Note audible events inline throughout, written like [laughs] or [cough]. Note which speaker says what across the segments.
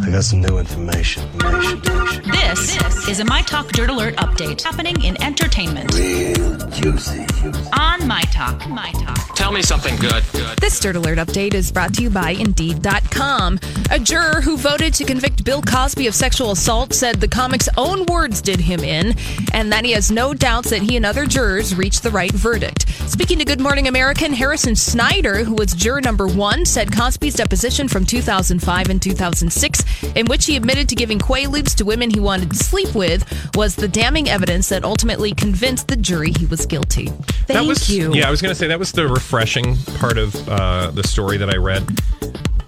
Speaker 1: I got some new information. information, information.
Speaker 2: This, is a My Talk Dirt Alert update happening in entertainment
Speaker 1: Real juicy. juicy.
Speaker 2: on My Talk. My Talk.
Speaker 3: Tell me something good. good.
Speaker 4: This Dirt Alert update is brought to you by Indeed.com. A juror who voted to convict Bill Cosby of sexual assault said the comic's own words did him in, and that he has no doubts that he and other jurors reached the right verdict. Speaking to Good Morning American, Harrison Snyder, who was juror number one, said Cosby's deposition from 2005 and 2006, in which he admitted to giving quaaludes to women he wanted to sleep with, was the damning evidence that ultimately convinced the jury he was guilty.
Speaker 5: that
Speaker 4: Thank
Speaker 5: was,
Speaker 4: you.
Speaker 5: Yeah, I was going to say that was the refreshing part of uh, the story that I read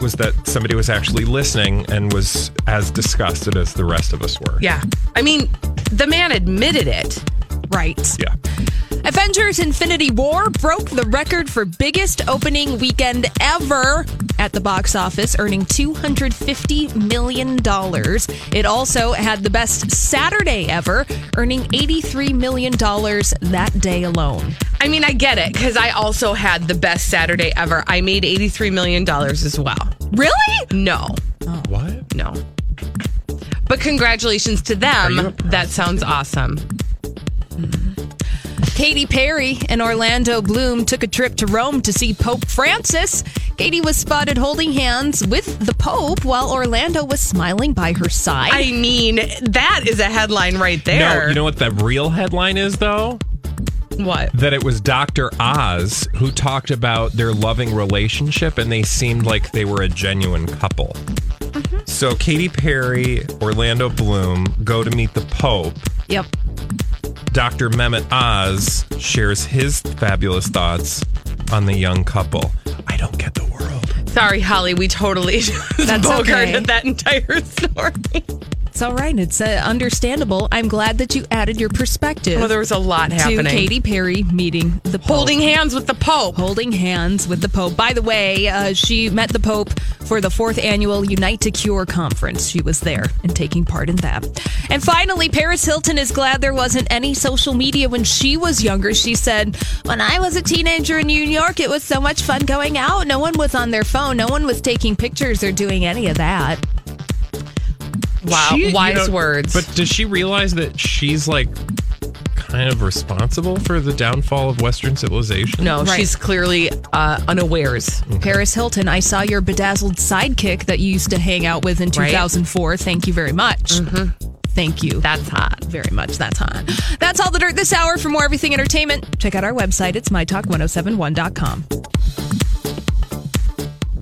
Speaker 5: was that somebody was actually listening and was as disgusted as the rest of us were.
Speaker 6: Yeah. I mean, the man admitted it.
Speaker 4: Right.
Speaker 5: Yeah.
Speaker 4: Avengers Infinity War broke the record for biggest opening weekend ever at the box office, earning $250 million. It also had the best Saturday ever, earning $83 million that day alone.
Speaker 6: I mean, I get it because I also had the best Saturday ever. I made $83 million as well.
Speaker 4: Really?
Speaker 6: No,
Speaker 5: What?
Speaker 6: no. But congratulations to
Speaker 5: you
Speaker 6: them.
Speaker 5: impressed?
Speaker 6: That sounds awesome.
Speaker 4: Katy Perry and Orlando Bloom took a trip to Rome to see Pope Francis. Katy was spotted holding hands with the Pope while Orlando was smiling by her side.
Speaker 6: I mean, that is a headline right there.
Speaker 5: No, you know what the real headline is though?
Speaker 6: what?
Speaker 5: That it was Dr. Oz who talked about their loving relationship and they seemed like they were a genuine couple.
Speaker 6: Mm-hmm.
Speaker 5: So Katy Perry, Orlando Bloom go to meet the Pope.
Speaker 4: yep.
Speaker 5: Dr. Mehmet Oz shares his fabulous thoughts on the young couple. I don't get the world.
Speaker 6: Sorry, Holly, we totally [laughs]
Speaker 4: That's
Speaker 6: bogarted
Speaker 4: okay.
Speaker 6: that entire [laughs] story.
Speaker 4: It's all right. It's uh, understandable. I'm glad that you added your perspective
Speaker 6: Well, there was a lot
Speaker 4: to
Speaker 6: happening.
Speaker 4: Katy Perry meeting the Pope.
Speaker 6: Holding hands with the Pope.
Speaker 4: holding hands with the Pope. By the way, uh, she met the Pope for the fourth annual Unite to Cure conference. She was there and taking part in that. And finally, Paris Hilton is glad there wasn't any social media when she was younger. She said, When I was a teenager in New York, it was so much fun going out. No one was on their phone, no one was taking pictures or doing any of that.
Speaker 6: Wow,
Speaker 5: She- you
Speaker 6: wise
Speaker 5: know,
Speaker 6: words.
Speaker 5: But does she realize that she's like kind of responsible for the downfall of Western civilization?
Speaker 6: no,
Speaker 4: Right.
Speaker 6: she's clearly uh, unawares.
Speaker 4: Paris Hilton, I saw your bedazzled sidekick that you used to hang out with in
Speaker 6: Right. Mm-hmm.
Speaker 4: 2004. Thank you very much. Thank you.
Speaker 6: That's hot.
Speaker 4: very much. That's hot. oh That's all the dirt this hour. For more everything entertainment, check out our website. It's mytalk1071.com.